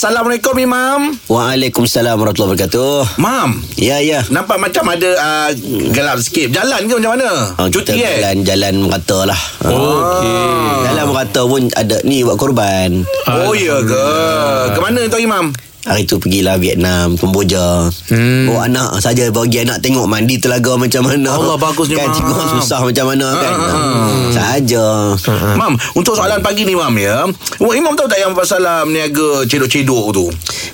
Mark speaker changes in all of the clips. Speaker 1: Assalamualaikum Imam
Speaker 2: Waalaikumsalam warahmatullahi wabarakatuh.
Speaker 1: Mam
Speaker 2: Ya ya.
Speaker 1: Nampak macam ada uh, Gelap sikit Jalan ke macam mana
Speaker 2: Ha,
Speaker 1: Cuti
Speaker 2: kita
Speaker 1: eh
Speaker 2: jalan jalan merata lah.
Speaker 3: Okey.
Speaker 2: Ha. Jalan merata pun ada ni buat korban.
Speaker 1: Oh ya ke Kemana tu Imam
Speaker 2: Hari tu pergilah Vietnam, Kemboja. Hmm. Bawa anak saja bagi anak tengok mandi telaga macam mana.
Speaker 1: Allah, bagusnya,
Speaker 2: Kan
Speaker 1: Mam.
Speaker 2: cikgu orang susah macam mana kan.
Speaker 1: Ha, ha,
Speaker 2: Hmm. Saja.
Speaker 1: Mam Untuk soalan pagi ni Mam ya Wah, Imam tahu tak yang pasal uh, Meniaga cedok-cedok tu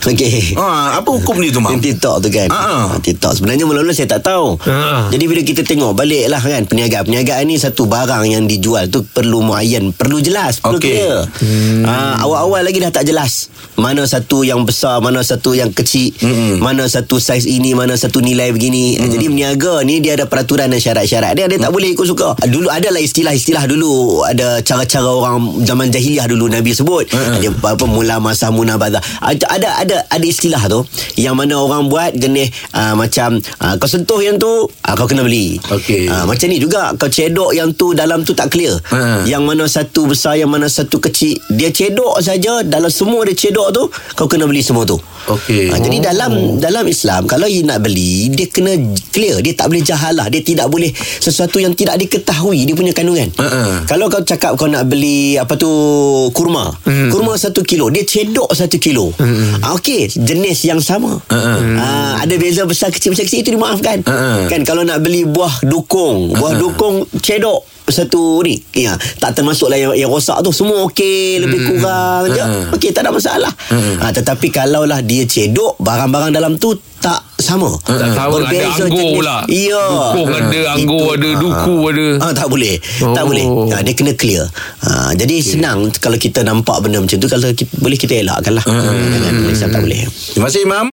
Speaker 2: Okey.
Speaker 1: ha, Apa hukum ni tu Mam
Speaker 2: Yang TikTok tu kan
Speaker 1: Ha, ha.
Speaker 2: Ha, TikTok Sebenarnya mula-mula saya tak tahu
Speaker 3: Ha.
Speaker 2: Jadi bila kita tengok balik lah kan Perniagaan Perniagaan ni satu barang yang dijual tu Perlu muayan Perlu jelas Perlu
Speaker 1: Okey.
Speaker 2: okay. clear ha, Awal-awal lagi dah tak jelas Mana satu yang besar Mana satu yang kecil
Speaker 1: Mm-mm.
Speaker 2: Mana satu saiz ini Mana satu nilai begini Jadi berniaga ni Dia ada peraturan dan syarat-syarat Dia, dia tak boleh ikut suka Dulu adalah istilah-istilah dulu Ada cara-cara orang Zaman jahiliah dulu Nabi sebut
Speaker 1: Ha.
Speaker 2: Ada apa mula masa munabadah ada, ada ada ada istilah tu Yang mana orang buat Jenis uh, macam uh, Kau sentuh yang tu uh, Kau kena beli
Speaker 1: Okey.
Speaker 2: Ah, Macam ni juga Kau cedok yang tu Dalam tu tak clear
Speaker 1: Ha.
Speaker 2: Yang mana satu besar Yang mana satu kecil Dia cedok saja Dalam semua dia cedok tu Kau kena beli semua tu
Speaker 1: Ha. Okey.
Speaker 2: Ah, Jadi dalam dalam Islam Kalau you nak beli Dia kena clear Dia tak boleh jahalah Dia tidak boleh Sesuatu yang tidak diketahui Dia punya kandungan
Speaker 1: Ha-ha.
Speaker 2: Kalau kau cakap kau nak beli Apa tu Kurma Kurma satu kilo Dia cedok satu kilo ah, Okey Jenis yang sama ah, Ada beza besar kecil Besar kecil itu dimaafkan
Speaker 1: Ha-ha.
Speaker 2: Kan kalau nak beli buah dukung Buah dukung cedok Satu ni ya, Tak termasuklah yang, yang rosak tu Semua okey Lebih kurang je Okey tak ada masalah Hmm. ha, Tetapi kalaulah dia cedok Barang-barang dalam tu tak sama
Speaker 3: Tak tahu lah, ada anggur pula.
Speaker 2: Ya
Speaker 3: Dukung ada, anggur
Speaker 2: Itu,
Speaker 3: ada,
Speaker 2: ah,
Speaker 3: duku
Speaker 2: ah.
Speaker 3: ada.
Speaker 2: Ah, tak boleh. Oh. Tak
Speaker 3: Oh.
Speaker 2: boleh. Ah, dia kena clear. Ah, jadi okay. senang kalau kita nampak benda macam tu kalau kita, boleh kita elakkan lah. Hmm. Jangan Malaysia tak boleh.
Speaker 1: Terima kasih Imam